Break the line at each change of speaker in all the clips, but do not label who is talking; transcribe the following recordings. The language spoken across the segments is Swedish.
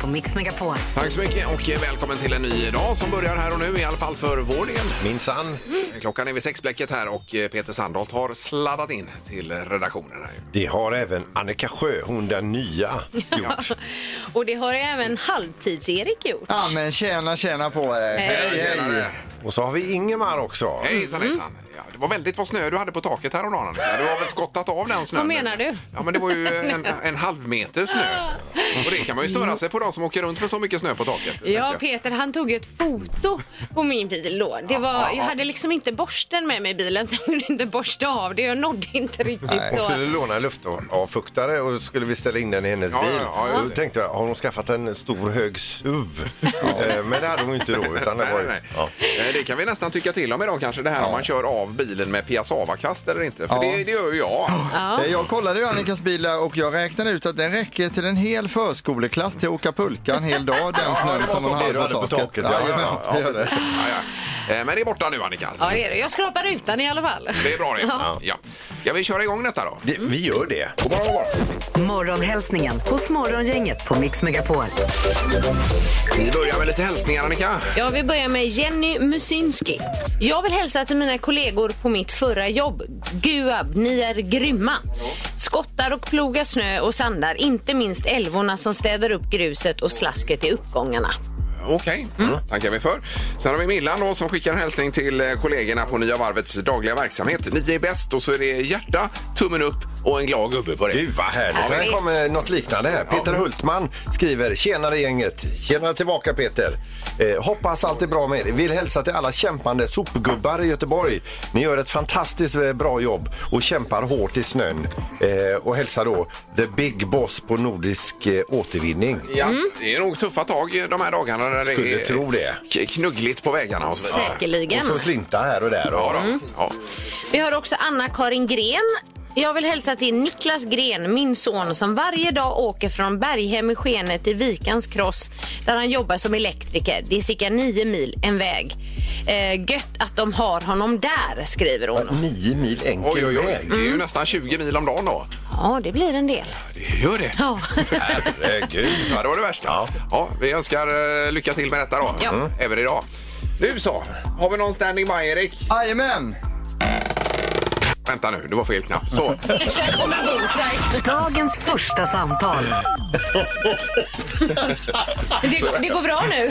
på Mix Megapol.
Tack så mycket och välkommen till en ny dag som börjar här och nu, i alla fall för vår del.
Minsann.
Klockan är vid sexblecket här och eh, Peter Sandholt har sladdat in till redaktionen. Här.
Det har även Annika Sjö, hon den nya, gjort.
Och det har även Halvtids-Erik gjort.
Ja men tjäna tjäna på er. Hej hej.
Tjenare.
Och så har vi Ingemar också.
Hejsan hejsan! Ja, det var väldigt vad snö du hade på taket häromdagen. Annika. Du har väl skottat av den snön?
Vad menar du?
Ja men det var ju en, en halv meter snö. Och det kan man ju störa sig på de som åker runt med så mycket snö på taket.
Ja,
tänker jag.
Peter han tog ju ett foto på min bil då. Det var, jag hade liksom inte borsten med mig i bilen så jag kunde inte borsta av det. Jag nådde inte riktigt
Hon
så.
skulle låna en luftavfuktare och skulle vi ställa in den i hennes
Ja,
bil.
ja, ja, just
Då
det.
tänkte jag, har hon skaffat en stor hög SUV? Eh, Men det hade hon ju inte då. Utan det
Nej, nej,
var ju,
nej.
ja.
Eh, Det kan vi nästan tycka till om idag kanske, det här om man kör av bilen med piassavakast eller inte. För
Ja.
det, det gör ju jag. Alltså.
Eh, Jag kollade ju Annikas bil där och jag räknade ut att den räcker till en hel förskoleklass till att åka pulka en hel dag den snön
det var
som hon
så det du hade
hade på
på
taket.
taket, ja,
Jajamän,
ja,
ja,
det gör det.
Ja, ja. Eh, Men det är borta nu Annika.
Ja, det är det. Jag skrapar utan i alla fall.
Det är bra det. Ja. Ja. Ska vi köra igång detta då?
Det, vi gör det.
God morgon, god morgon.
Morgonhälsningen hos Morgongänget på Mix Megapol.
Vi börjar med lite hälsningar Annika.
Ja, vi börjar med Jenny Musinski. Jag vill hälsa till mina kollegor på mitt förra jobb. Guab, ni är grymma. Skottar och plogar snö och sandar, inte minst älvorna som städar upp gruset och slasket i uppgångarna.
Okej,
Mm.
mm, tackar vi för. Sen har vi Millan då, som skickar en hälsning till eh, kollegorna på Nya Varvets dagliga verksamhet. Ni är bäst och så är det hjärta, tummen upp och en glad gubbe på det.
Gud vad härligt.
Ja,
här
visst.
kommer något liknande här. Peter Hultman skriver Tjenare gänget. Tjenare tillbaka Peter. Eh, hoppas allt är bra med er. Vill hälsa till alla kämpande sopgubbar i Göteborg. Ni gör ett fantastiskt eh, bra jobb och kämpar hårt i snön. Eh, och hälsa då The Big Boss på Nordisk eh, återvinning.
Ja, Det är nog tuffa tag eh, de här dagarna. Där
Skulle
det är
tro det.
k- Knuggligt på vägarna och så vidare.
Och
Säkerligen.
så slinta här och där.
Ja,
Och,
då.
Mm.
ja.
Vi har också Anna-Karin Gren. Jag vill hälsa till Niklas Gren, min son, som varje dag åker från Berghem i Skene till Vikans Kross där han jobbar som elektriker. Det är cirka nio mil en väg. Eh, gött att de har honom där, skriver hon.
Nio mil enkel
Oj, oj, oj.
väg.
Det är
Mm.
ju nästan 20 mil om dagen då.
Ja, det blir en del.
Det gör det.
Ja.
Herregud.
Ja, det var det värsta. Ja.
Ja.
vi önskar eh, lycka till med detta då.
Ja. Mm.
Även idag. Nu så. Har vi någon standing by, Erik?
Jajamän.
Vänta nu, det var fel knapp. Så.
Där kommer bullseye.
Dagens första samtal.
Det, det går bra nu.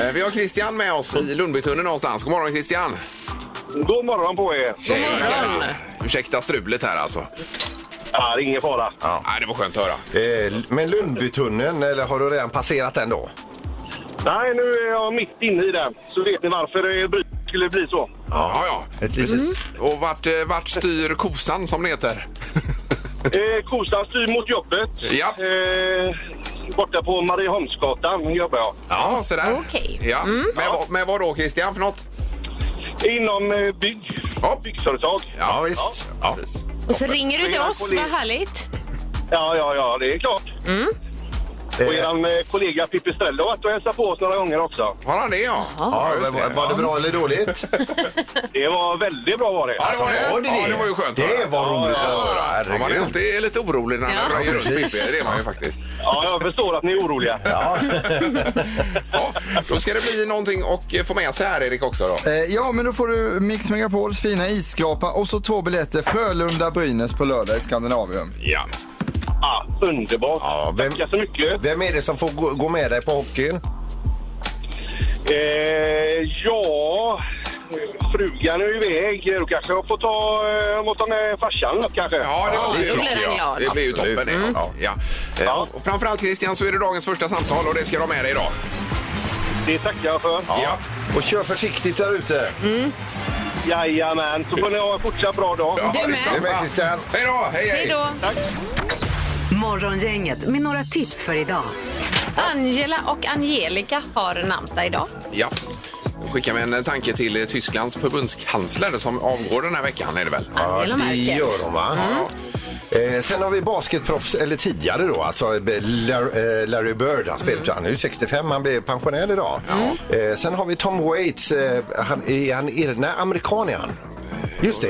Eh, Vi har Christian med oss i Lundbytunneln någonstans. God morgon Christian!
God morgon på er!
God Ursäkta strulet här alltså.
Ja, det är ingen fara.
Nej, det var skönt att höra.
Eh, men Lundbytunneln, eller har du redan passerat den då?
Nej, nu är jag mitt inne i den. Så vet ni varför det bry- skulle bli så.
Ja, ja.
Ett litet...
Och vart, eh, vart styr kosan som det heter?
Eh, Kosan styr mot jobbet.
Ja.
Eh, borta på Marieholmsgatan jobbar jag.
Ja, så där.
Okej.
Ja. Med, vad- med vad då Christian för något?
Inom eh, bygg.
Ja.
Byggföretag.
Ja, visst. Ja.
Precis.
Och så ringer du till oss. Vad härligt.
Ja, ja, ja, det är klart. Och
Eh,
er eh, kollega Pipistrello har varit och hälsat på oss några gånger också.
Har han det ja?
Ja,
just
var, var det bra eller dåligt?
Det var väldigt bra var det.
Ja, det var
var
det.
det
Ja,
det?
det var ju skönt att
Det
höra.
var roligt att höra.
Ja, man är
Herregud.
alltid lite orolig när man
Ja.
röjer runt
Precis.
pipi. Det är man ju faktiskt.
Ja, jag förstår att ni är oroliga.
Ja.
Ja, då ska det bli någonting och eh, få med sig här Erik också då.
Eh, Ja men då får du Mix Megapols fina isskrapa och så två biljetter Frölunda-Brynäs på lördag i Skandinavium.
Ja.
Ja, Ah, underbart.
Ja, vem-
Tackar så mycket.
Vem är det som får gå, gå med dig på hockeyn?
Eh, ja, frugan är iväg. Då kanske jag får ta, eh, måste ta med farsan upp kanske.
Ja, det låter ju
det
toppen.
blir en
ja.
glad.
Det blir ju
Absolut. Mm.
toppen. det. Ja. Ja. Eh,
Ja.
Och framförallt Christian så är det dagens första samtal och det ska du ha med dig idag.
Det tackar jag för.
Ja.
Och kör försiktigt där ute.
Mm.
Jajamän, så får ni ha en fortsatt bra dag.
Ja,
Du
det är
med.
sant.
Det är med Christian.
Hej då! Hej, hej!
Hej då.
Morgongänget med några tips för idag.
Angela och Angelica har namnsdag idag.
Ja. Då skickar vi en tanke till eh, Tysklands förbundskansler som avgår den här veckan är det väl?
Angela
det
Merkel.
gör de, va?
Mm.
Eh, sen har vi basketproffs, eller tidigare då, alltså eh, Larry, eh, Larry Bird.
Mm.
Han, spelade, han är ju 65, han blev pensionär idag. Eh, sen har vi Tom Waits, eh, han, är han irne amerikan är han? Just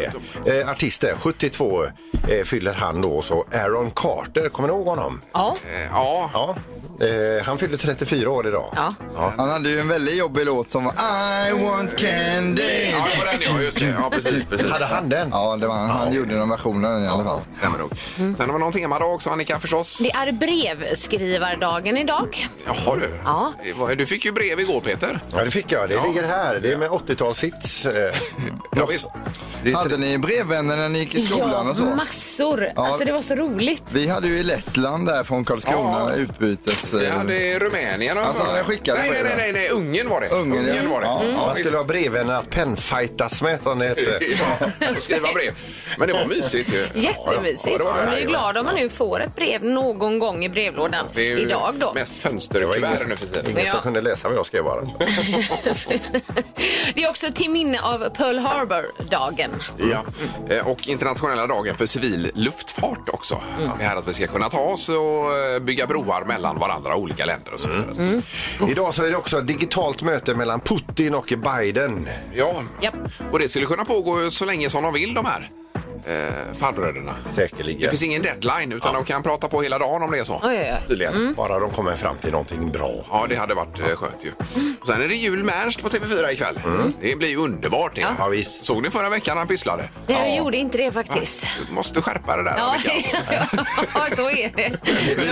det, eh, artisten, 72 eh, fyller han då. Så Aaron Carter, kommer ni ihåg honom?
Ja.
Eh, Ja.
Ja, Eh, han fyllde 34 år idag.
Ja.
Han hade ju en väldigt jobbig låt som var I want candy.
Ja, det var den ja, just det. Ja, precis, precis.
Hade han den?
Ja, det var, han Han gjorde den versionen i alla fall.
Stämmer nog.
Mm.
Sen har vi någon temadag också, Annika, förstås.
Det är brevskrivardagen idag.
Jaha, du.
Ja.
Det var- Du fick ju brev igår, Peter.
Ja, det fick jag. Det
Ja.
ligger här. Det är med 80-talshits. Eh,
Ja, visst.
Det är
Hade
tre-
ni brevvänner när ni gick i skolan
Ja,
och så?
massor. Alltså det var så roligt.
Vi hade ju i Lettland där från Karlskrona
Ja.
utbytes...
Vi
eh,
hade i Rumänien. har jag
Alltså,
för mig.
jag skickade
nej,
på
nej,
er.
nej, nej, nej, Ungern var det.
Ungern, ja.
var det.
Ja,
Ja,
Man
visst.
skulle ha brevvänner att pennfightas med, som det hette.
Ja, och skriva brev. Men det var mysigt ju.
Jättemysigt.
Ja, det var det.
Man är ju glad om man nu får ett brev någon gång i brevlådan
Det är ju
idag då.
mest
Det var
fönsterkuvert nu
ingen,
för tiden.
ingen som
Ja.
kunde läsa vad jag skrev bara.
det är också till minne av Pearl Harbor-dagen.
Mm.
Ja. Eh, Och internationella dagen för civil luftfart också.
Mm.
Det här att vi ska kunna ta oss och eh, bygga broar mellan varandra och olika länder och så vidare.
Mm.
Idag så är det också ett digitalt möte mellan Putin och Biden.
Ja.
Japp.
och det skulle kunna pågå så länge som de vill de här eh, farbröderna. Det
Säkerligen.
finns ingen deadline utan de kan prata på hela dagen om det är så.
Oj, oj, oj.
Tydligen.
Bara de kommer fram till någonting bra.
Ja, det hade varit eh, skönt ju. Och sen är det jul med Ernst på TV4 ikväll. Det blir ju underbart. Det.
Mm. Ja, visst.
Såg ni förra veckan han pysslade?
Jag gjorde inte det faktiskt.
Du måste skärpa det där.
Ja,
Annika, alltså.
ja, så är det.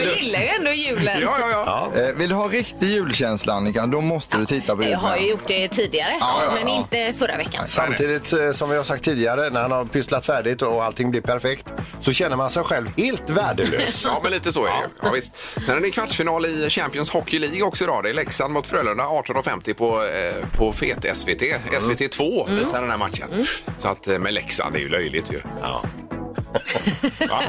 Jag gillar ju ändå julen.
ja, ja, ja.
Eh, Vill du ha riktig julkänsla Annika, då måste du titta på
Jag har ju
julkalendern.
gjort det tidigare,
Ja, ja,
men
ja.
inte förra veckan.
Samtidigt eh, som vi har sagt tidigare, när han har pysslat färdigt och allting blir perfekt så känner man sig själv helt värdelös.
Ja, men lite så är det ju. ja, visst. Sen är det kvartsfinal i Champions Hockey League också idag. Det är Leksand mot Frölunda 18.50 på, eh, på fet SVT.
Mm.
SVT 2
Mm.
visar den här matchen. Så att, eh, men Leksand är ju löjligt ju.
Ja.
Va-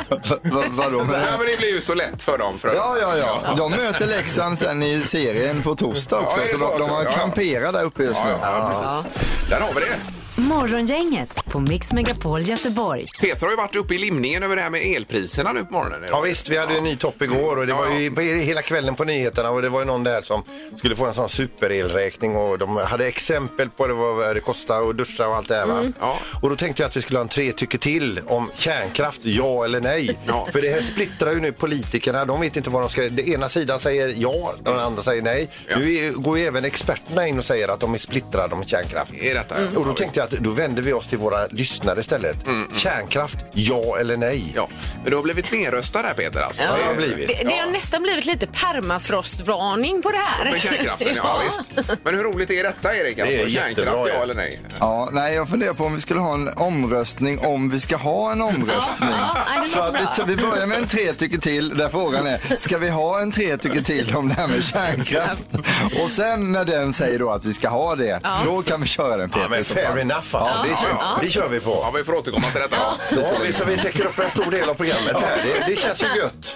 va- Vadå?
Det här
Men-
men det blir ju så lätt för dem. För
Ja, ja, ja. De möter Leksand sen i serien på torsdag också.
Ja, det är
så
så
de, de
också. Ja,
har
ja.
kamperat där uppe just nu.
Där har vi det.
Morgongänget på Mix Megapol Göteborg.
Peter har ju varit uppe i limningen över det här med elpriserna nu på morgonen.
Ja visst, vi hade ju en ny topp igår och det var ju på- hela kvällen på nyheterna och det var ju någon där som skulle få en sån superelräkning och de hade exempel på det, vad det kostar och duscha och allt det här va.
Mm. Ja.
Och då tänkte jag att vi skulle ha en tre tycker till om kärnkraft, ja eller nej.
Ja.
För det här splittrar ju nu politikerna, de vet inte vad de ska, den ena sidan säger ja, den andra säger nej.
Mm. Ja.
Nu är- går ju även experterna in och säger att de är splittrade om kärnkraft.
Är detta, ja.
Och då tänkte jag att då vänder vi oss till våra lyssnare istället. Kärnkraft, ja eller nej?
Mm, Ja, men du har blivit nedröstad här Peter alltså.
Ja, det har
är-
jag blivit.
Det, det har nästan blivit lite permafrostvarning på det här.
Med kärnkraften, ja, visst. Men hur roligt är detta Erik? Alltså,
Det är
kärnkraft,
jättebra,
ja
ja.
eller nej?
Ja, nej, jag funderar på om vi skulle ha en omröstning om vi ska ha en omröstning.
Ja, ja, det
Så
låter
att vi,
bra.
vi börjar med en tre tycker till där frågan är, ska vi ha en tre tycker till om det här med kärnkraft? Och sen när den säger då att vi ska ha det, då kan vi köra den
Ja,
Peter.
men
i så fall.
fair enough. Alltså. det, kör, det kör vi
Ja,
på.
vi får återkomma till detta. då.
Ja, vi, så vi täcker upp en stor del av programmet här. Det, det känns ju gött.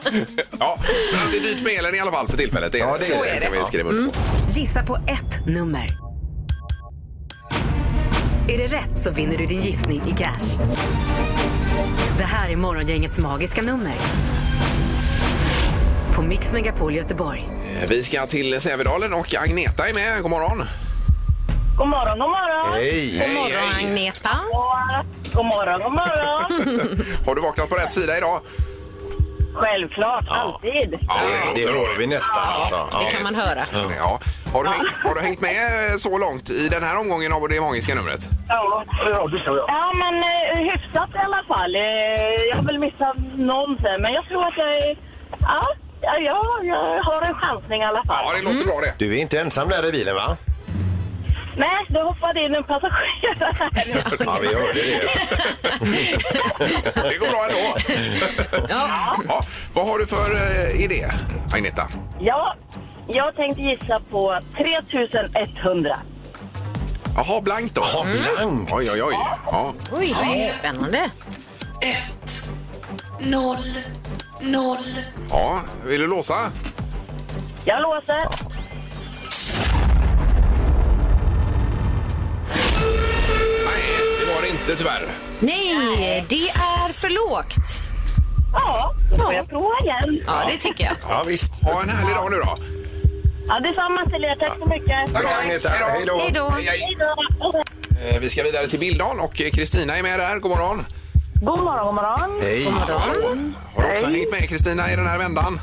Ja, men att det är dyrt med elen i alla fall för tillfället. Det är
Ja, det är
Så
det.
kan vi skriva under på.
Gissa på ett nummer. Är det rätt så vinner du din gissning i cash. Det här är Morgongängets magiska nummer. På Mix Megapol Göteborg.
Eh, Vi ska till Sävedalen och Agneta är med. God morgon!
God morgon, god morgon.
Hej!
God morgon,
Hej, hej.
Agneta.
God morgon, god morgon.
Har du vaknat på rätt sida idag?
Självklart, alltid.
Ja,
Det rör vi nästan alltså.
Det kan man höra.
Ja. Har, du hängt, har du hängt med eh, så långt i den här omgången av det magiska numret?
Ja, ja men eh, hyfsat i alla fall. Eh, Jag har väl missat någon sen, men jag tror att jag är... Ja, ja, ja, jag har en chansning i alla
Ja,
fall.
det låter bra det.
Du är inte ensam där i bilen va?
Nej, det hoppade in en passagerare här.
Ja, vi hörde det.
Det går bra ändå.
Ja.
Ja, vad har du för eh, idé, Agneta?
Ja, jag tänkte gissa på 3100.
Jaha, blankt då. Mm.
Ja, blankt.
Oj, oj, oj. Ja.
Oj, vad spännande.
ja, vill du låsa?
Jag låser.
Nej, det var det inte tyvärr.
Nej, det är för lågt.
Ja, då får jag prova igen.
Ja, det tycker jag.
Ja, visst.
Ha en härlig dag nu då.
Ja, detsamma till er. Tack så mycket.
Tack,
Agneta. Hej då.
Hej då.
Hej, hej.
Hej då.
Eh, Vi ska vidare till Bildal och eh, Kristina är med där. God morgon.
God morgon, god morgon.
Hej.
Hallå. Har du också hängt med Kristina i den här vändan?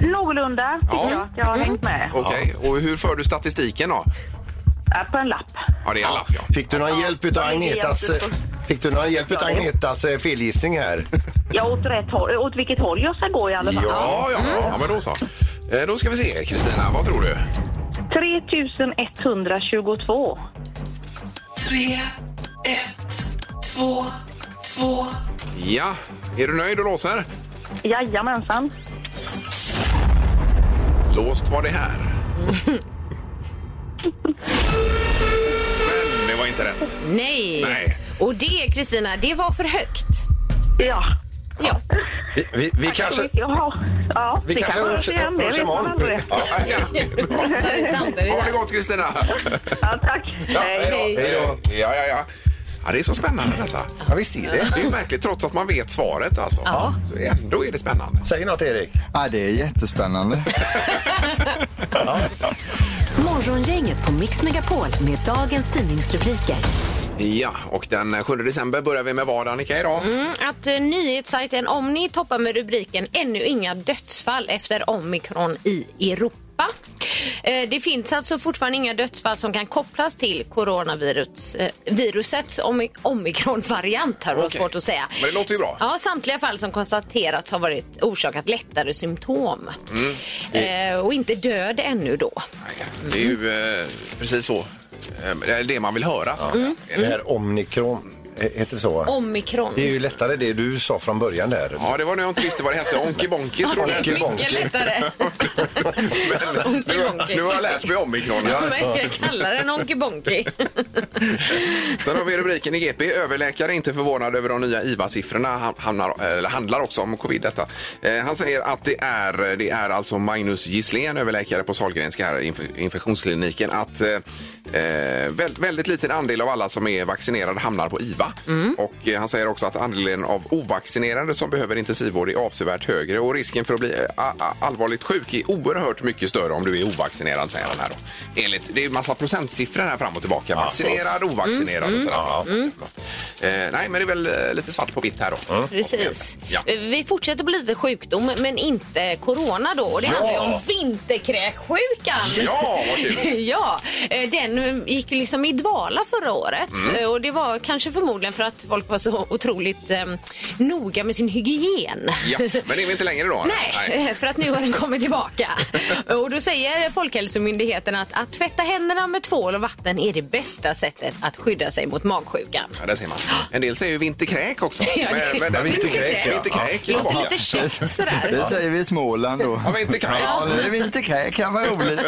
Någorlunda tycker
Ja. Mm.
jag att jag har hängt med.
Okej, och hur för du statistiken då?
Ja, På en lapp.
Ja, det är en lapp ja.
Fick du någon hjälp utav
det är
Agnetas, eh,
jättebra.
fick du någon hjälp utav Agnetas eh, felgissning här?
Jag åt rätt håll, åt vilket håll jag ska gå i alla fall.
Ja, Mm. ja, ja men då så. Eh, Då ska vi se, Kristina, vad tror du?
3122.
Ja, är du nöjd och låser?
Jajamensan.
Låst var det här. Men det var inte rätt.
Nej.
Nej.
Och det, Kristina, det var för högt.
Ja.
Ja.
Vi, vi, vi kanske...
Jaha. Ja,
Vi
det
kanske
kanske
hörs-
hörs igen. Det
hörs
vet man
imorgon.
aldrig.
Ja, ja.
Samtidigt.
Ha det gott, Kristina!
Ja, tack.
Ja,
Hej.
då. då. Ja, ja, ja. Ja, det är så spännande detta.
Ja, visst är det.
Det är ju märkligt trots att man vet svaret alltså. Ja. Så ändå är det spännande.
Säg något Erik.
Ja, det är jättespännande.
Morgongänget på Mix Megapol med dagens tidningsrubriker.
Ja, och den 7 december börjar vi med vad Annika idag?
Mm, Att eh, nyhetssajten Omni toppar med rubriken Ännu inga dödsfall efter omikron i Europa. Eh, Det finns alltså fortfarande inga dödsfall som kan kopplas till coronavirusets omi- omikronvariant. Här, okay.
Okej.
svårt att säga.
Men det låter ju bra.
Ja, samtliga fall som konstaterats har varit orsakat lättare symptom.
Mm.
Eh, Och inte död ännu då.
Det är ju eh, precis så. Eh, Det är det man vill höra. Så. att säga.
Det här omnikron, eh, heter det så? va?
Omikron.
Det är ju lättare det du sa från början där.
Ja, det var när jag inte visste vad det hette. Onky Bonky tror jag.
Onky Bonky.
Mycket lättare.
Men
Onky
nu,
Bonky.
nu har jag lärt mig omikron.
Men jag kallar den Onky Bonky.
Sen har vi rubriken i GP. Överläkare är inte förvånad över de nya IVA-siffrorna. Han hamnar, eller handlar också om covid detta. Eh, han säger att det är, det är alltså Magnus Gisslén, överläkare på Sahlgrenska här, inf- infektionskliniken, att eh, eh, väldigt, väldigt liten andel av alla som är vaccinerade hamnar på IVA. Och eh, han säger också att andelen av ovaccinerade som behöver intensivvård är avsevärt högre och risken för att bli eh, a- a- allvarligt sjuk är oerhört mycket större om du är ovaccinerad, säger han här då. Enligt, det är ju massa procentsiffror här fram och tillbaka. Vaccinerad,
Mm,
ovaccinerad och sådär. Så, eh, nej, men det är väl eh, lite svart på vitt här då.
Mm. Precis.
Ja.
Vi fortsätter på lite sjukdom, men inte corona då. Och det handlar ju om vinterkräksjukan.
Ja, vad kul.
ja, eh, den eh, gick ju liksom i dvala förra året.
Mm.
Eh, Och det var kanske förmodligen för att folk var så otroligt eh, noga med sin hygien.
Ja, men det är vi inte längre då?
Nej, eh, för att nu har den kommit tillbaka. Och då säger Folkhälsomyndigheten att att tvätta händerna med tvål och vatten är det bästa sättet att skydda sig mot magsjukan.
Ja, där ser man. En del säger ju vinterkräk också.
Ja, det-
där-
vinterkräk, ja.
vinterkräk är
Låter
tillbaka.
lite käckt sådär.
Det säger vi i Småland då.
Ja, vinterkräk.
Ja, det är vinterkräk. Kan vara roligt.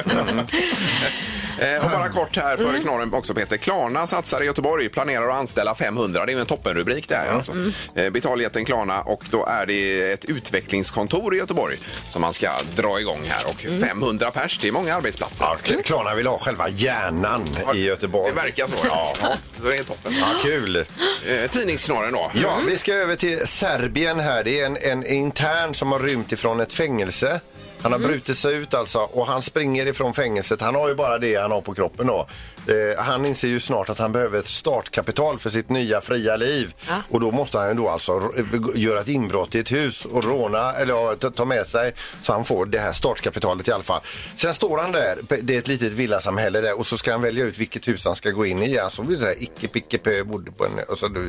Eh, och bara
Mm.
kort här före knorren också Peter. Klarna satsar i Göteborg, planerar att anställa 500. Det är ju en toppenrubrik det här
Mm.
alltså. Eh, Betaljätten Klarna och då är det ett utvecklingskontor i Göteborg som man ska dra igång här och 500 pers, det är många arbetsplatser.
Mm. Ja, Klarna vill ha själva hjärnan i Göteborg.
Det verkar så. Ja, ja det är toppen.
Ja, kul.
Eh, tidningsknorren då.
Ja, vi ska över till Serbien här. Det är en, en intern som har rymt ifrån ett fängelse. Han har brutit sig ut alltså och han springer ifrån fängelset. Han har ju bara det han har på kroppen då. Eh, han inser ju snart att han behöver ett startkapital för sitt nya fria liv. Och då måste han ju då alltså r- göra ett inbrott i ett hus och råna eller ja, ta- ta med sig så han får det här startkapitalet i alla fall. Sen står han där, det är ett litet villasamhälle där och så ska han välja ut vilket hus han ska gå in i. Han såg ju det där icke picke pö bodde på en och så då,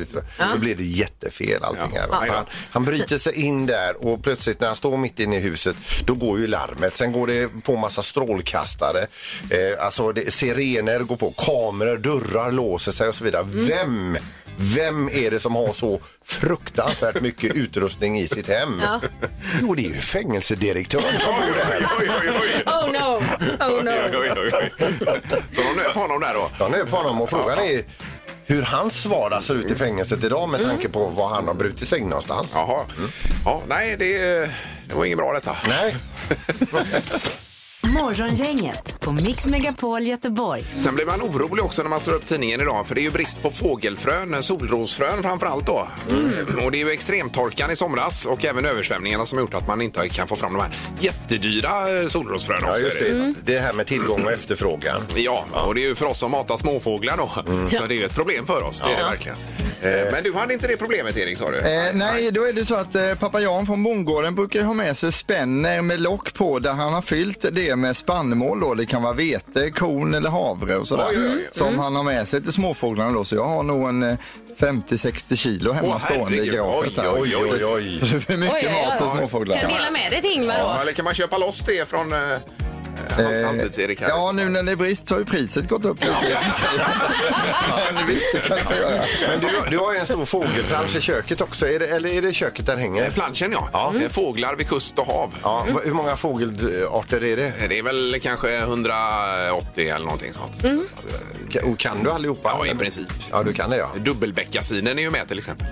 då blir det jättefel allting
Ja.
här. va?
Ja.
Han, han bryter sig in där och plötsligt när han står mitt inne i huset då går ju larmet. Sen går det på massa strålkastare. Eh, alltså det, sirener går på, kameror, dörrar låser sig och så vidare.
Mm.
Vem? Vem är det som har så fruktansvärt mycket utrustning i sitt hem? Jo, det är ju fängelsedirektören som
Oj,
bor där.
oj, oj, oj, oj.
Oh no! Oh no!
Oj, oj, oj, oj. Så de nöp honom där då.
Jag nöp honom och frågan är hur hans vardag ser ut i fängelset idag med tanke på vad han har brutit sig in någonstans. Mm.
Jaha. Ja, nej, det, det var inget bra detta.
Nej.
Morgongänget på Mix Megapol Göteborg.
Sen blir man orolig också när man slår upp tidningen idag för det är ju brist på fågelfrön, solrosfrön framförallt då. Och det är ju extremtorkan i somras och även översvämningarna som har gjort att man inte kan få fram de här jättedyra eh, solrosfröna.
Ja,
också.
just det. Det här med tillgång och efterfrågan.
Ja, och det är ju för oss som matar småfåglar då. Så det är ju ett problem för oss, det är det verkligen. Eh, Men du hade inte det problemet Erik sa du?
Eh, nej, då är det så att eh, pappa Jan från bondgården brukar ju ha med sig spänner med lock på där han har fyllt det med spannmål då. Det kan vara vete, korn eller havre och sådär.
Oj, oj, Mm. oj.
Som han har med sig till småfåglarna då. Så jag har nog en eh, 50-60 kilo hemma
Åh,
stående i
herregud.
garaget
Oj,
här.
oj, oj, oj.
Så det blir mycket
Oj, oj, oj.
mat till småfåglar.
Kan dela med dig till Ingvar
Ja,
då.
eller kan man köpa loss det från eh, eh, Halvtids-Erik? här?
Ja, nu när det är brist så har ju priset gått upp lite. i och för sig. Men visst, det kan jag göra.
Men du, du har ju en stor fågelplansch i köket också. Är det, eller är det köket den hänger?
Planschen ja. Eh, Fåglar vid kust och hav. Eh,
Ja, va- Hur många fågelarter är det?
Det är väl kanske 180 eller någonting sånt. Så att, eh,
Ka- och Kan du allihopa?
Ja, i princip.
Ja, du kan det ja.
Dubbelbeckasinen är ju med till exempel.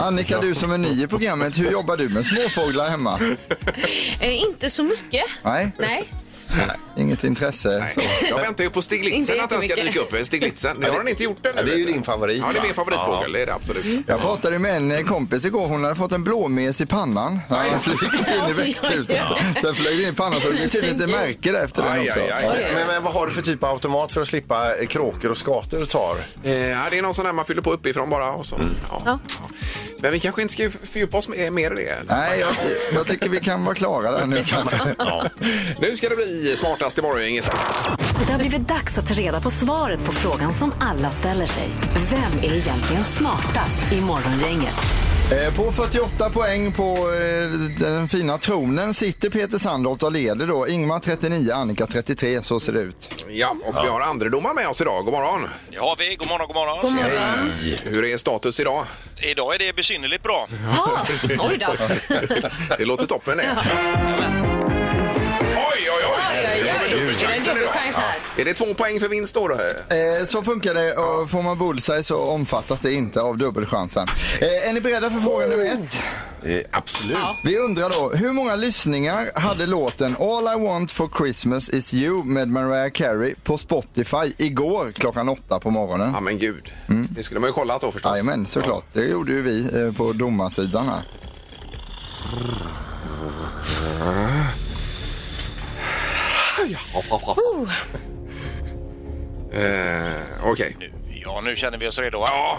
Annika, du som är ny i programmet, hur jobbar du med småfåglar hemma?
Eh, inte så mycket.
Nej,
Nej.
inget intresse. Så.
Jag väntar ju på
Inte
Stiglitzen att den ska dyka
jättemycket.
upp. Stiglitzen, det har den inte gjort ännu.
Ja, det är ju
vet du.
din favorit,
Ja, det är
va?
min favoritfågel. Det är det absolut.
Jag pratade med en eh, kompis igår, hon hade fått en blåmes i pannan. Ja, Den flög in i växthuset. Sen flög den in i pannan så det blev tydligen ett märke där efter den
Aj,
också.
aj, aj.
Men, men vad har du för typ av automat för att slippa eh, kråkor och skator du tar?
Eh, ja, det är någon sån här man fyller på uppifrån bara. Och så. Ja. Ja. Men vi kanske inte ska fördjupa oss mer mer i det.
Nej, jag, jag tycker vi kan vara klara där nu kanske.
Nu ska det bli smartast i morgongänget.
Det har blivit dags att ta reda på svaret på frågan som alla ställer sig. Vem är egentligen smartast i Morgongänget?
Eh, På 48 poäng på eh, den fina tronen sitter Peter Sandholt och leder då. Ingmar 39, Annika 33, så ser det ut.
Ja, och vi har andredomaren med oss idag. God morgon!
Det har vi. God morgon, god morgon.
God morgon.
Hur är status idag?
Idag är det besynnerligt bra.
Ja. Ah, Oj då.
Det låter toppen det. Oj, oj, oj!
Oj, oj, oj.
Det var
Det är
dubbelchansen
en
idag.
dubbelchans här.
Ja. Är det två poäng för vinst då? då?
Eh, Så funkar det och får man bullseye så omfattas det inte av dubbelchansen. Eh, Är ni beredda för fråga nummer ett?
absolut.
Vi undrar då, hur många lyssningar hade låten All I Want For Christmas Is You med Mariah Carey på Spotify igår klockan åtta på morgonen?
Ja, men gud. Det skulle man ju kollat då förstås.
Mm. Jajamän, såklart. Det gjorde ju vi eh, på domarsidan här.
Eh, Okej.
Ja, nu känner vi oss redo. Ja.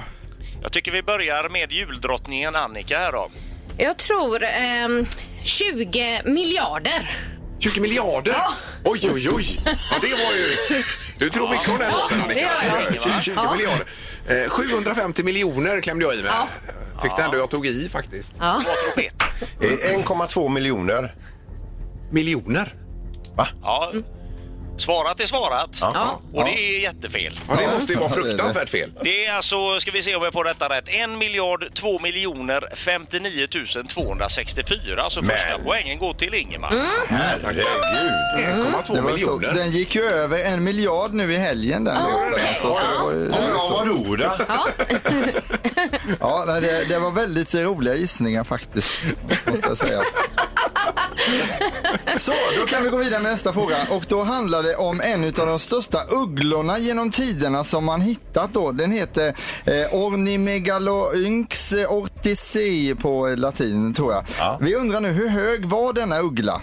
Jag tycker vi börjar med juldrottningen Annika här då.
Jag tror ehm, 20 miljarder.
20 miljarder? Oj, oj, oj! Ja, det var ju... Du tror mycket om den låten, Annika.
det gör jag.
20, 20 miljarder. Eh, 750 miljoner klämde jag i med. Tyckte ändå jag tog i faktiskt.
Vad tror vi?
Eh, 1,2 miljoner.
Miljoner?
Ja. Svarat är svarat.
Ja.
Och det är jättefel.
Ja, det måste ju vara
Ja, det är det.
fruktansvärt fel.
Det är alltså, ska vi se om jag får detta rätt, 1 miljard 2 miljoner 59 264. Så Alltså första poängen går till Ingemar.
Herregud.
1,2
Det var stor-
miljoner.
Den gick ju över en miljard nu i helgen. Den låten,
okej.
alltså, så det var ju-
Ja, vad roda.
ja, nej, det, det var väldigt roliga gissningar faktiskt, måste jag säga. Så, då kan vi gå vidare med nästa fråga. Och då handlar det om en av de största ugglorna genom tiderna som man hittat då. Den heter eh, Ornimegaloynx ortisei på latin, tror jag. Vi undrar nu, hur hög var denna uggla?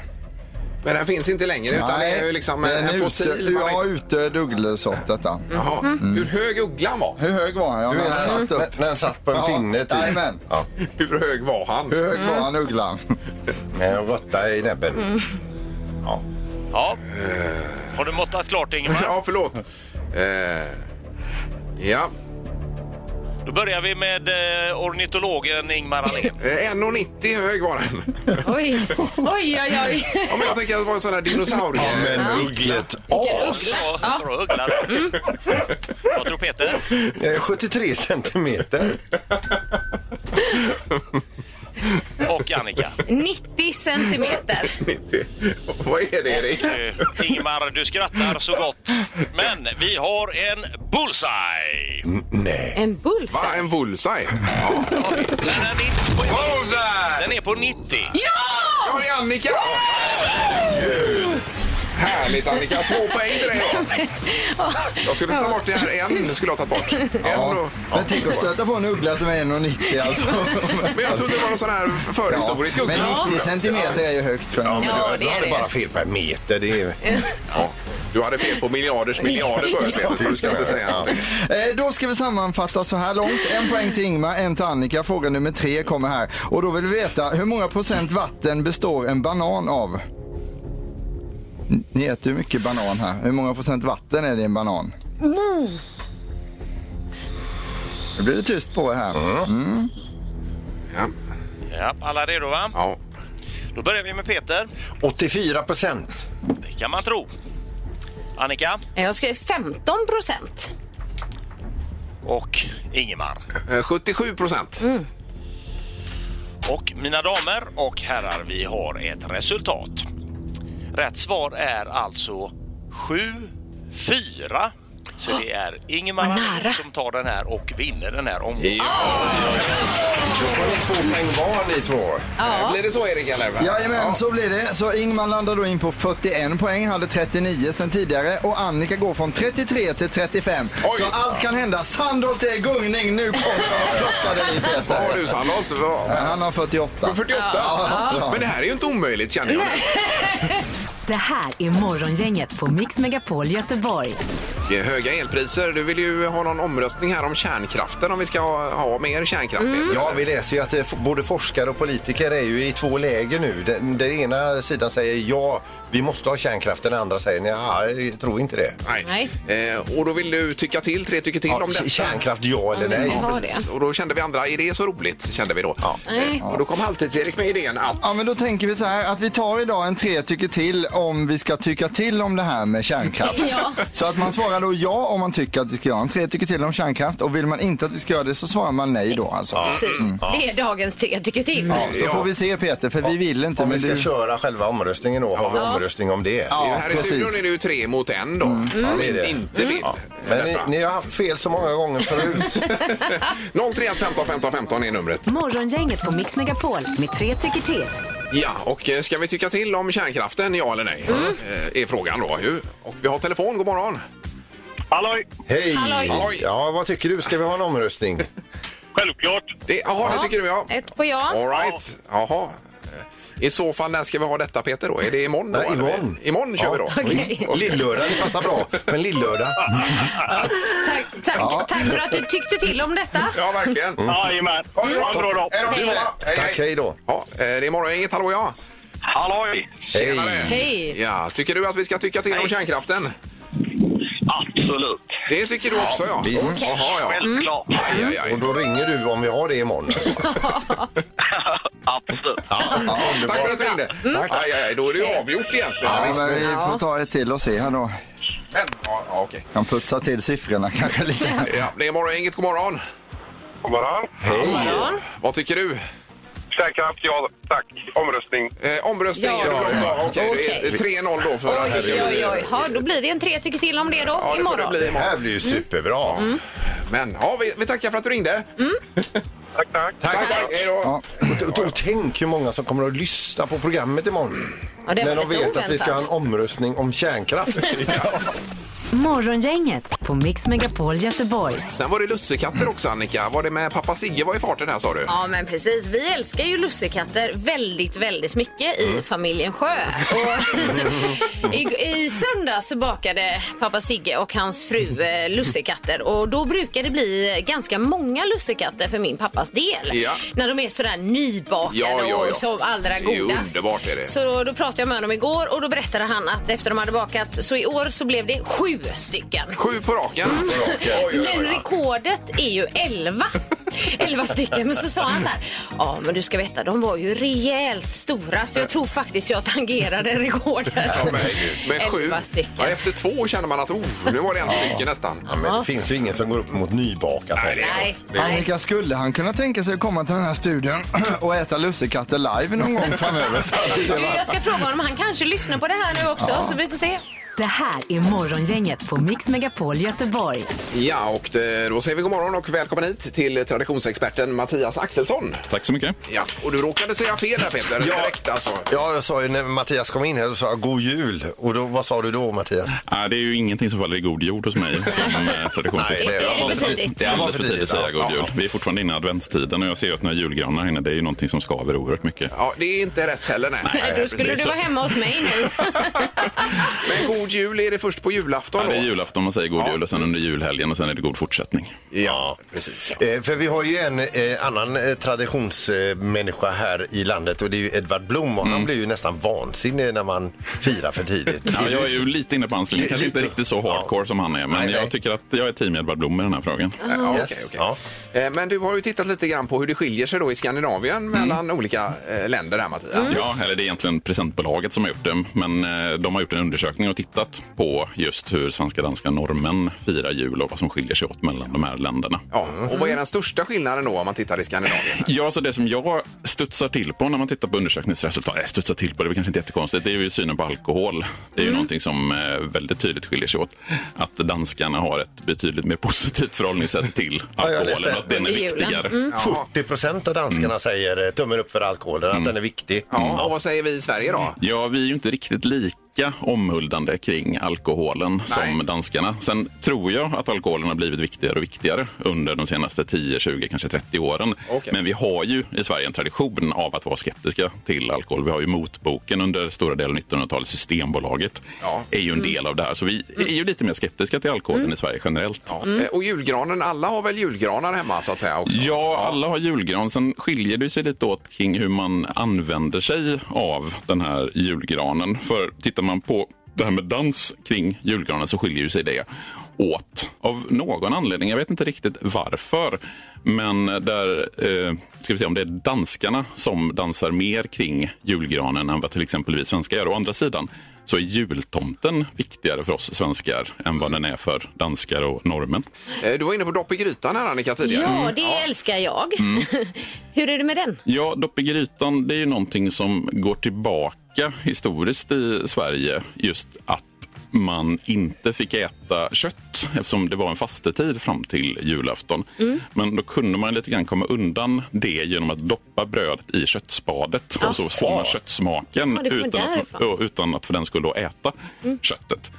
Men den finns inte längre utan det är ju liksom en,
den är
en
utdö-
fossil. Man
ja,
vet-
utdöd ugglesort detta.
Jaha.
Mm.
Hur hög ugglan var?
Hur hög var han? Jag menar, han satt upp.
Den, den satt på en
Ja,
pinne typ.
jajamän.
Ja.
Hur hög var han?
Hur hög
Mm.
var han ugglan?
Med en råtta i näbben.
Ja. Har du måttat klart Ingemar?
Ja, förlåt. Eh, ja,
Då börjar vi med eh, ornitologen Ingmar Ahlén.
eh, 1,90 hög var den.
Oj, oj, oj. oj.
Ja, men jag tänker att det var en sån här dinosaurie. Ja,
Men ugglet
Uggla. Ja. Bra uggla då. Vad tror Peter?
Eh, 73 centimeter.
Och Annika.
90 centimeter.
Vad är det, Erik?
Eh, Ingmar, du skrattar så gott. Men vi har en bullseye!
Nej.
En bullse.
Va, en bullseye? Ja,
Den är, nitt- den är på 90.
ja det är Annika! Härligt Annika, två poäng till dig då. Jag skulle ta bort det här en, skulle jag ha tagit bort. En
Ja.
och-
Men tänk att stöta på en uggla som är 1,90 alltså.
Men jag trodde det var någon sån här förhistorisk
Men
uggla.
90 centimeter är ju högt tror jag.
Ja,
du,
det
du
är
hade
det.
bara fel på en meter. Det är...
Du hade fel på miljarders miljarder förut Peter. Du ska inte säga någonting.
Eh, Då ska vi sammanfatta så här långt. En poäng till Ingmar, en till Annika. Fråga nummer tre kommer här. Och då vill vi veta hur många procent vatten består en banan av? N- Ni äter ju mycket banan här. Hur många procent vatten är det i en banan? Nu blir det tyst på er här.
Mm.
Ja.
Ja, alla redo va?
Ja.
Då börjar vi med Peter.
84 procent.
Det kan man tro. Annika
Jag skrev 15 procent.
och Ingemar.
Eh, 77 procent.
Och mina damer och herrar, vi har ett resultat. Rätt svar är alltså 7-4. Så det är Ingemar
Vad nära.
som tar den här och vinner den här omgången.
Ah!
Då får ni två poäng var ni två.
Eh, Blir det så Erik eller?
Jajamän, så blir det. Så Ingmar landar då in på 41 poäng, hade 39 sen tidigare och Annika går från 33 till 35.
Oj.
Så allt kan hända. Sandholt är gungning, nu kommer jag och plockade i
Vad
Peter.
har du Sandholt?
Ja,
Vad-
Han har 48.
48? Men det här är ju inte omöjligt känner jag.
Det här är Morgongänget på Mix Megapol Göteborg.
Det är Höga elpriser. Du vill ju ha någon omröstning här om kärnkraften, om vi ska ha, ha mer kärnkraft. Peter.
Ja, vi läser ju att eh, både forskare och politiker är ju i två läger nu. Den, den ena sidan säger ja, vi måste ha kärnkraft. Den andra säger ja, jag tror inte det.
Nej. Eh, och då vill du tycka till, tre tycker till
Ja,
om detta.
kärnkraft, ja eller
vi ska
nej?
ha det.
Precis. Och då kände vi andra, är det så roligt? Kände vi då. Eh, Och då kom alltid erik med idén att
Ja men då tänker vi så här att vi tar idag en tre tycker till om vi ska tycka till om det här med kärnkraft.
Ja.
Så att man svarar då ja om man tycker att vi ska göra en tre tycker till om kärnkraft och vill man inte att vi ska göra det så svarar man nej då alltså.
Precis.
Mm.
Det är dagens tre tycker till.
Ja, så får vi se Peter för vi vill inte
Om vi
men
ska
du...
köra själva omröstningen då, har vi omröstning om det.
det är ju
Ja,
här i studion
precis. Mm.
är det ju tre mot en då. Om
det är det.
inte vill.
Men ni, ni har haft fel så många gånger förut.
031 15 15 15 är numret.
Morgongänget på Mix Megapol med tre tycker till.
Ja, och eh, ska vi tycka till om kärnkraften, ja eller nej? Eh, Är frågan då. ju. Och vi har telefon, god morgon.
Halloj!
Hej!
Halloj.
Ja, vad tycker du? Ska vi ha en omröstning?
Mm.
Självklart!
Det- Jaha, det tycker du ja.
Ett på ja.
All right. Jaha. Eh, I så fall, när ska vi ha detta Peter då? Är det imorgon då?
Nej,
eller?
imorgon.
Imorgon kör vi då.
Okej.
Och Lillördag, det passar bra. Men lillördag?
Tack, tack, tack för att du tyckte till om detta.
Ja, verkligen.
Mm.
Jajamän! Ha en bra dag!
Hej då, du med. Hej,
Tack, hej då.
Ja, eh, det är morgongänget, hallå ja.
Halloj!
Tjenare.
Hej.
Ja, tycker du att vi ska tycka till om kärnkraften?
Absolut!
Det tycker du också ja.
visst.
Jaha, ja.
Självklart!
Aj, aj, aj.
Och då ringer du om vi har det imorgon.
Absolut!
Ja,
Tack för att du ringde. Tack. Aj, aj, aj. Då är det ju avgjort egentligen.
Ja, men vi får ta ett till och se här då.
Men, ja, ja, okej.
Kan putsa till siffrorna kanske lite.
Ja, det är morgongänget, god morgon.
God morgon!
Vad tycker du?
Kärnkraft, ja tack. Omröstning.
Eh, omröstning
Ja.
är du glad för?
Ja.
Okej, det är 3-0 då för
Oj, oj, oj. Ja, då blir det en tre tycker till om det då
Ja, det får det
imorgon.
bli
Det här
imorgon. Mm.
blir ju superbra.
Men ja, vi, vi tackar för att du ringde.
Tack, tack.
Tack, tack. Hej då.
Ja.
Och, och, och tänk hur många som kommer att lyssna på programmet imorgon.
Ja, det var
När de
lite
vet att vi ska ha en
oväntat.
omröstning om kärnkraft.
Morgongänget på Mix Megapol Göteborg.
Sen var det lussekatter också Annika. Var det med pappa Sigge var i farten här sa du?
Ja, men precis. Vi älskar ju lussekatter väldigt, väldigt mycket i
Mm.
familjen Sjö. Och i, I söndag så bakade pappa Sigge och hans fru eh, lussekatter och då brukar det bli ganska många lussekatter för min pappas del.
Ja.
När de är sådär nybakade
Ja, ja, ja.
och som allra
Det är ju
godast.
underbart är det.
Så då pratade jag med honom igår och då berättade han att efter de hade bakat så i år så blev det sju stycken.
Sju på raken. Oj, oj, oj.
Men rekordet är ju 11. 11 stycken. Men så sa han så här. Ja, men du ska veta, de var ju rejält stora så jag tror faktiskt jag tangerade rekordet.
Ja, men herregud. Men sju.
11
Ja,
stycken.
efter två känner man att oh, nu var det en stycke nästan.
Ja, men det finns ju ingen som går upp mot nybakat. heller.
Nej, nej.
Annika, skulle han kunna tänka sig att komma till den här studion och äta lussekatter live någon gång framöver? Så hade det
Du,
varit-
jag ska fråga honom. Han kanske lyssnar på det här nu också, så vi får se.
Det här är Morgongänget på Mix Megapol Göteborg.
Ja, och det- då säger vi god morgon och välkommen hit till traditionsexperten Mattias Axelsson.
Tack så mycket.
Ja, och du råkade säga fel här Peter,
Ja.
direkt alltså.
Ja, jag sa ju när Mattias kom in här, då sa jag god jul. Och då, vad sa du då Mattias?
Nej, Äh, det är ju ingenting som faller i god jord hos mig som eh,
Det
traditionsexpert.
är det för tidigt.
Det är alldeles för tidigt att säga god
Ja.
jul. Vi är fortfarande inne i adventstiden och jag ser ju att några julgranar här inne, det är ju någonting som skaver oerhört mycket.
Ja, det är inte rätt heller nej.
Nej, Då skulle du
precis.
vara hemma hos mig nu.
Men god jul är det först på julafton
Ja, det är
då?
julafton man säger god
Ja.
jul och sen under julhelgen och sen är det god fortsättning.
Ja, precis. Ja.
Eh, för vi har ju en eh, annan eh, traditionsmänniska här i landet och det är ju Edvard Blom och
Mm.
han blir ju nästan vansinnig när man firar för tidigt.
Ja, jag är ju lite inne på hans linje, kanske inte
Lite.
riktigt så hardcore som han är, men
Nej, nej.
jag tycker att jag är team Edvard Blom i den här frågan.
Ja,
Yes.
okej, okej.
Ja.
Eh, Men du har ju tittat lite grann på hur det skiljer sig då i Skandinavien mellan olika eh, länder där Mattias.
Ja, eller det är egentligen presentbolaget som har gjort det, men eh, de har gjort en undersökning och tittat på just hur svenska, danska, norrmän firar jul och vad som skiljer sig åt mellan de här länderna.
Ja, och vad är den största skillnaden då om man tittar i Skandinavien?
Ja, så det som jag studsar till på när man tittar på undersökningsresultat, äh, studsar till på, det är väl kanske inte jättekonstigt, det är ju synen på alkohol. Det
Mm.
är ju någonting som eh, väldigt tydligt skiljer sig åt. Att danskarna har ett betydligt mer positivt förhållningssätt till
jag
alkoholen,
läste. Mm.
och att den är
Till julen.
viktigare.
40 procent av danskarna säger eh, tummen upp för alkoholen, att den är viktig. Mm.
Ja, och vad säger vi i Sverige då?
Ja, vi är ju inte riktigt lika omhuldande kring alkoholen som danskarna. Sen tror jag att alkoholen har blivit viktigare och viktigare under de senaste 10, 20, kanske 30 åren.
Okej.
Men vi har ju i Sverige en tradition av att vara skeptiska till alkohol. Vi har ju motboken under stora delar av 1900-talet, Systembolaget,
Ja. Mm.
är ju en del av det här. Så vi är ju lite mer skeptiska till alkoholen i Sverige generellt.
Ja.
Mm.
Eh, Och julgranen, alla har väl julgranar hemma så att säga också?
Ja, alla har julgran. Sen skiljer det sig lite åt kring hur man använder sig av den här julgranen. För tittar man på det här med dans kring julgranen så skiljer ju sig det åt av någon anledning. Jag vet inte riktigt varför. Men där, eh, ska vi se om det är danskarna som dansar mer kring julgranen än vad till exempel vi svenskar gör. Å andra sidan så är jultomten viktigare för oss svenskar än vad den är för danskar och norrmän.
Eh, Du var inne på dopp i grytan här Annika tidigare. Mm.
Ja, det älskar jag. Hur är det med den?
Ja, dopp i grytan det är ju någonting som går tillbaka historiskt i Sverige. Just att man inte fick äta kött eftersom det var en fastetid fram till julafton.
Mm.
Men då kunde man lite grann komma undan det genom att doppa brödet i köttspadet och så får man köttsmaken
Ja, det kommer
utan, att,
därifrån. Mm.
ja, utan att för den skulle då äta köttet.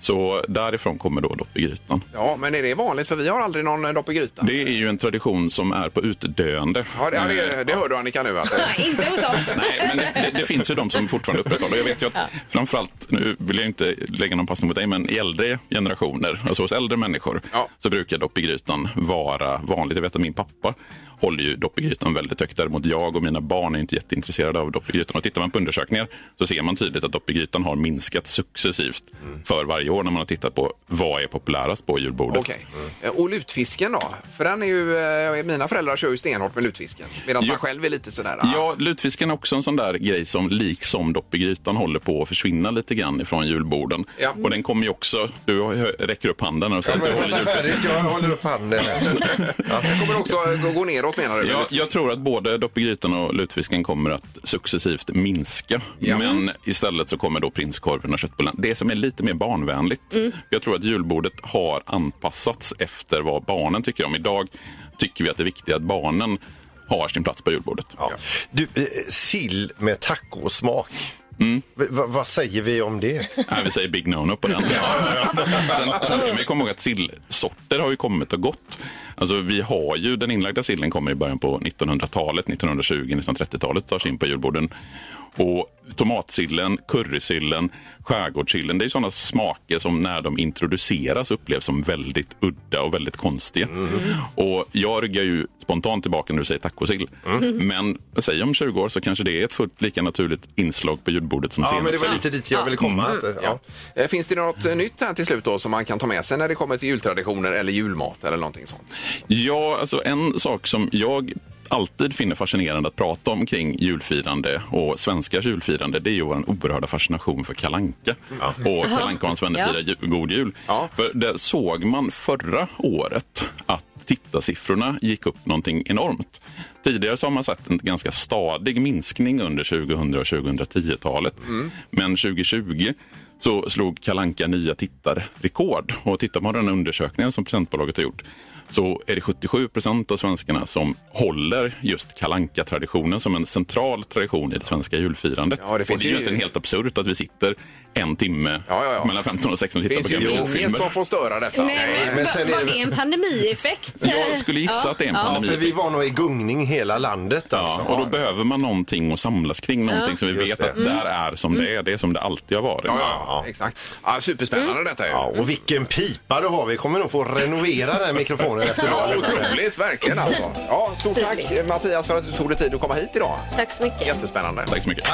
Så därifrån kommer då dopp i grytan.
Ja, men är det vanligt? För vi har aldrig någon eh, dopp i grytan.
Det är ju en tradition som är på utdöende.
Ja, det, ja, det, det hör du Annika nu. Att,
Nej, Inte hos oss.
Nej, men det, det, det finns ju de som fortfarande upprätthåller. Jag vet ju att framförallt, nu vill jag inte lägga någon passning mot dig, men i äldre generationer, alltså hos äldre människor,
Ja.
så brukar dopp i grytan vara vanligt. Jag vet att min pappa håller ju dopp i grytan väldigt högt. Däremot jag och mina barn är inte jätteintresserade av dopp i grytan. Och tittar man på undersökningar så ser man tydligt att dopp i grytan har minskat successivt
Mm.
för varje år när man har tittat på vad är populärast på julbordet.
Okej. Eh, Och lutfisken då? För den är ju, eh, mina föräldrar kör ju stenhårt med lutfisken. Medan
Jo.
man själv är lite sådär. ah.
Ja, lutfisken är också en sån där grej som liksom dopp i grytan håller på att försvinna lite grann ifrån julborden.
Ja.
Och den kommer ju också, du har- räcker upp handen och säger att
Men
du håller
vänta
julfisken.
färdigt, jag håller upp handen. här.
Den kommer också eh, gå- gå neråt menar du?
Jag, jag tror att både dopp i grytan och lutfisken kommer att successivt minska.
Ja.
Men istället så kommer då prinskorven och köttbullen. Det som är lite mer barnvänligt.
Mm.
Jag tror att julbordet har anpassats efter vad barnen tycker om. Idag tycker vi att det är viktigt att barnen har sin plats på julbordet.
Ja. Du, eh, sill med tacosmak. V- va- vad säger vi om det?
Nej, vi säger big no-no på den. sen, sen ska man ju komma ihåg att sillsorter har ju kommit och gått. Alltså, vi har ju, den inlagda sillen kommer i början på 1900-talet, 1920, 1930-talet tas in på julborden. Och tomatsillen, currysillen, skärgårdssillen, det är ju sådana smaker som när de introduceras upplevs som väldigt udda och väldigt konstiga.
Mm.
Och jag ryggar ju spontant tillbaka när du säger tacosill.
Mm.
Men säg om 20 år så kanske det är ett fullt lika naturligt inslag på julbordet som
Ja, men det
senapssill.
var lite dit jag ville komma. Att, eh, Ja.
Eh, Finns det något eh, nytt här till slut då som man kan ta med sig när det kommer till jultraditioner eller julmat eller någonting sånt?
Ja, alltså en sak som jag alltid finner fascinerande att prata om kring julfirande och svenskars julfirande det är ju vår oerhörda fascination för Kalanka och Kalanka och hans vänner
Ja.
firar ju- god jul.
Ja.
För där såg man förra året att tittarsiffrorna gick upp någonting enormt. Tidigare så har man sett en ganska stadig minskning under 2000 och 2010-talet. Men 2020 så slog Kalanka nya tittarrekord. Och tittar man på den här undersökningen som Presentbolaget har gjort så är det 77 procent av svenskarna som håller just kalanka traditionen som en central tradition i det svenska julfirandet.
Ja, det finns
och det är
ju-
ju inte en helt absurt att vi sitter en timme
Ja, ja, ja.
mellan 15 och 16 och
Det
tittar
finns
på
ju
gamla
inget
julfilmer.
som får störa detta.
Nej, men,
men
va-
sen är
var
det-
det en pandemieffekt?
Jag skulle gissa att det är en
Ja,
pandemi.
för vi var nog i gungning hela landet
Ja,
alltså.
och då behöver man någonting att samlas kring, någonting som vi
Just
vet
det.
att där är som det är, det är som det alltid har varit.
Ja, ja, ja, exakt. Ja, superspännande
Mm.
detta ju.
Ja, och vilken pipa du har. Vi kommer nog få renovera den här mikrofonen efter
Ja,
valet.
otroligt, verkligen alltså. Ja, stort tack Mattias för att du tog dig tid att komma hit idag.
Tack så mycket.
Jättespännande.
Tack så mycket.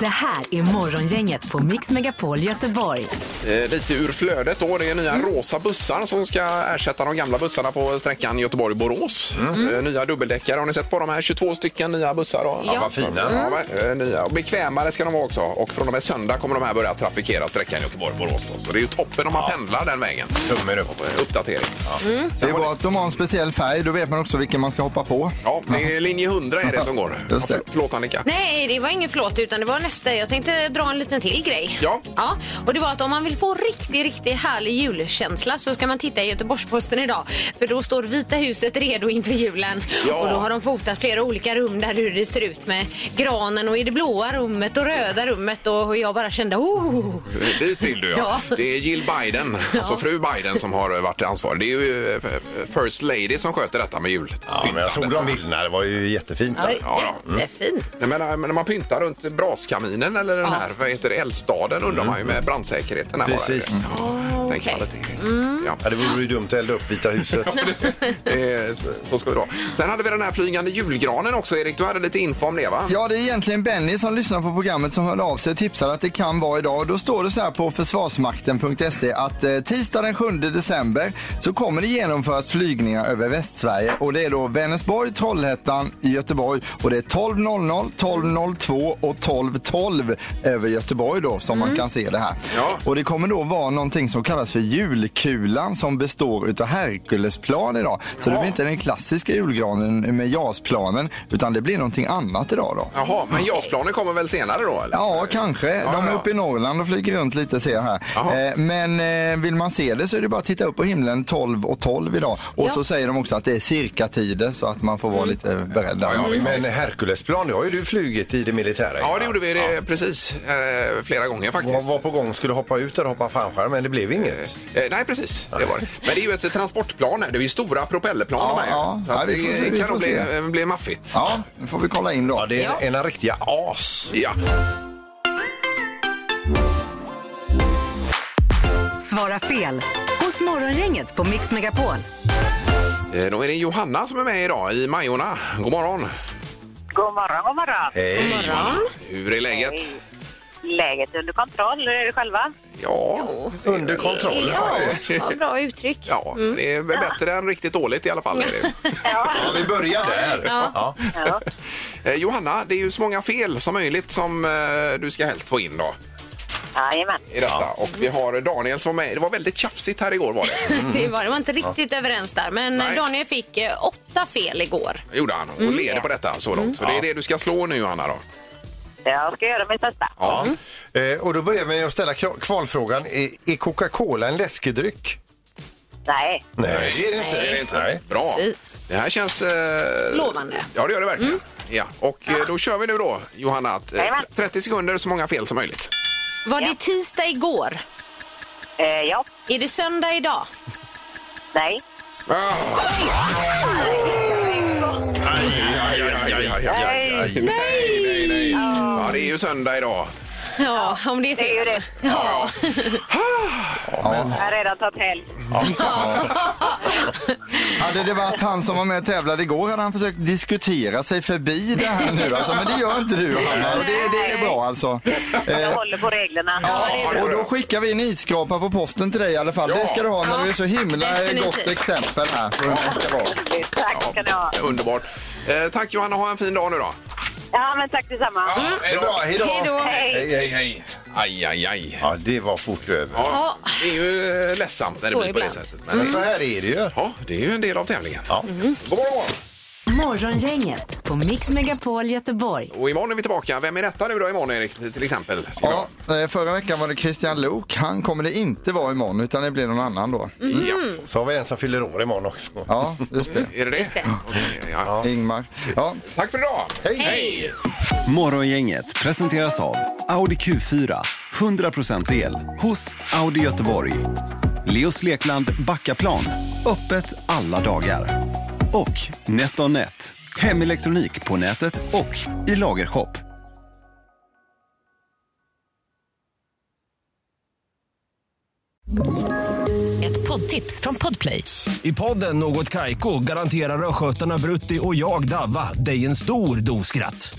Det här är Morgongänget på Mix Megapol Göteborg.
Eh, lite ur flödet då. Det är
Mm.
nya rosa bussar som ska ersätta de gamla bussarna på sträckan Göteborg-Borås. Eh, nya dubbeldäckare. Har ni sett på de här? 22 stycken nya bussar. Då.
Ja, vad
fina.
Ja, ver- eh, nya. Och bekvämare ska de vara också. Och från och med söndag kommer de här börja trafikera sträckan Göteborg-Borås. då. Så det är ju toppen om man pendlar den vägen. Tummen upp. Eh, Uppdatering.
Mm.
Det är bra att de har en speciell färg, då vet man också vilken man ska hoppa på.
Ja, det är linje 100 är det som går.
Just det.
Ja, för- Förlåt Annika.
Nej, det var ingen flåt utan det var nästa. Jag tänkte dra en liten till grej.
Ja.
ja. Och det var att om man vill få riktigt, riktigt härlig julkänsla så ska man titta i Göteborgsposten idag. För då står Vita huset redo inför julen.
Ja.
Och då har de fotat flera olika rum där hur det ser ut med granen och i det blåa rummet och röda rummet och jag bara kände oh!
Dit vill du ja.
Ja.
Det är Jill Biden, alltså fru Biden som har varit ansvarig. Det är ju eh, First Lady som sköter detta med jul.
Ja, men jag såg de bilderna. Det var ju jättefint.
Ja,
ja.
jättefint.
Nej, men, eh, men när man pyntar runt braskaminen eller den här, vad heter det, eldstaden undrar man ju med brandsäkerheten. Här bara. Mm.
Precis.
Ja, tänker man
okej. Mm.
lite. Ja,
Ja, det vore ju dumt att elda upp Vita huset.
eh, så- så ska vi då. Sen hade vi den här flygande julgranen också, Erik. Du hade lite info om det, va?
Ja, det är egentligen Benny som lyssnar på programmet som hörde av sig och tipsade att det kan vara idag. Och Då står det så här på försvarsmakten.se att eh, tisdag den 7 december så kommer det genomföras flygningar över Västsverige och det är då Vänersborg, Trollhättan, Göteborg och det är 12.00, 12.02 och 12.12 över Göteborg då som man kan se det här.
Mm. Ja.
Och det kommer då vara någonting som kallas för julkulan som består utav Herkulesplan idag. Så det blir inte den klassiska julgranen med JAS-planen utan det blir någonting annat idag då.
Jaha, men JAS-planen kommer väl senare då? Eller?
Ja, kanske.
Ja,
De
ja.
är uppe i Norrland och flyger runt lite ser jag här.
Jaha.
Eh, Men eh, vill man se det så är det bara att titta upp på himlen 12 och 12 idag.
Ja.
Och så säger de också att det är cirka-tider så att man får
Mm.
vara lite beredd. där.
Men Herkulesplan, det har ju du flugit i det militära.
Ja, det gjorde vi det, precis. Eh, flera gånger faktiskt.
Var, var på gång, skulle hoppa ut eller hoppa fallskärm, men det blev inget.
Eh, nej, precis. Det var det. Men det är ju ett transportplan. här. Det är ju stora propellerplan.
Ja,
de här.
ja.
Så att
Ja, vi får
det
se, vi
kan
får
nog
se.
bli, eh, bli maffigt.
Ja, nu får vi kolla in då.
Ja, det är
Ja.
ena riktiga as.
Ja.
Svara fel hos Morgongänget på Mix Megapol.
Eh, Då är det Johanna som är med idag i Majorna. God morgon!
God morgon, god morgon.
Hej.
Hur är läget?
Läget är under kontroll. Hur är det själva?
Ja,
Under kontroll faktiskt.
Ja, bra uttryck.
ja det
Mm.
är bättre än riktigt dåligt i alla fall. Är det.
Ja, vi börjar där. Ja.
Ja.
Eh, Johanna, det är ju så många fel som möjligt som eh, du ska helst få in då.
Jajamän.
I detta. Och vi har Daniel som var med. Det var väldigt tjafsigt här igår var det.
Det var, det var inte riktigt överens där. Men
Mm. Nej.
Daniel fick eh, åtta fel igår.
Gjorde han. Och leder på detta så långt. Så det är det du ska slå nu Johanna då.
Jag ska göra mitt bästa.
Ja.
Eh, Och då börjar vi med att ställa kra- kvalfrågan. Eh, Är är Coca-Cola en läskedryck?
Nej.
Nej, det är det inte.
Det är det inte. Bra.
Precis.
Det här känns... Eh...
Lovande.
Ja, det gör det verkligen. Ja, och eh, då kör vi nu då, Johanna. Att, eh,
Jajamän.
30 sekunder, så många fel som möjligt.
Var det tisdag igår?
Eh, ja.
Är det söndag idag?
Nej.
Ah. Nej! Nej, nej, Ja, det är ju söndag idag.
Ja, om det är
Det är ju
fel.
det.
Ja.
Jag har redan tagit helg.
Hade det varit han som var med och tävlade igår hade han försökt diskutera sig förbi det här nu. Alltså, men det gör inte du Hanna. Och det, det är bra alltså.
Jag
Eh,
håller på reglerna.
och då skickar vi en isskrapa på posten till dig i alla fall.
Ja.
Det ska du ha när
Ja.
du är så himla
Definitivt.
gott exempel här. på hur man ska vara.
Tack ska ni ha.
Underbart. Eh, tack Johanna, ha en fin dag nu då.
Ja, men tack detsamma.
Hej då.
Hej
Hej
då!
då.
Hej, hej.
hej. Aj, aj, aj.
Ja, det var fort över.
Ja, det är ju eh, ledsamt när det
Så
blir på det
Mm.
ibland.
sättet. Men
Så här är det ju.
ja, det är ju en del av tävlingen.
Ja.
God morgon, god morgon.
Morgongänget på Mix Megapol Göteborg.
Och imorgon är vi tillbaka. Vem är detta nu då imorgon Erik till exempel? Ska vi ha?
Ja, eh, förra veckan var det Christian Lok. Han kommer det inte vara imorgon utan det blir någon annan då.
Mm.
ja.
Så har vi en som fyller år imorgon också.
Ja, just det.
Är det det?
Just det.
Okej, ja.
Ingmar. Ja,
Tack för idag!
Hej!
Morgongänget presenteras av Audi Q4. 100% el hos Audi Göteborg. Leos Lekland Backaplan. Öppet alla dagar. Och NetOnNet. Hemelektronik på nätet och i lagershop.
Ett poddtips från Podplay.
I podden Något Kaiko garanterar östgötarna Brutti och jag, Davva, dig en stor dos skratt.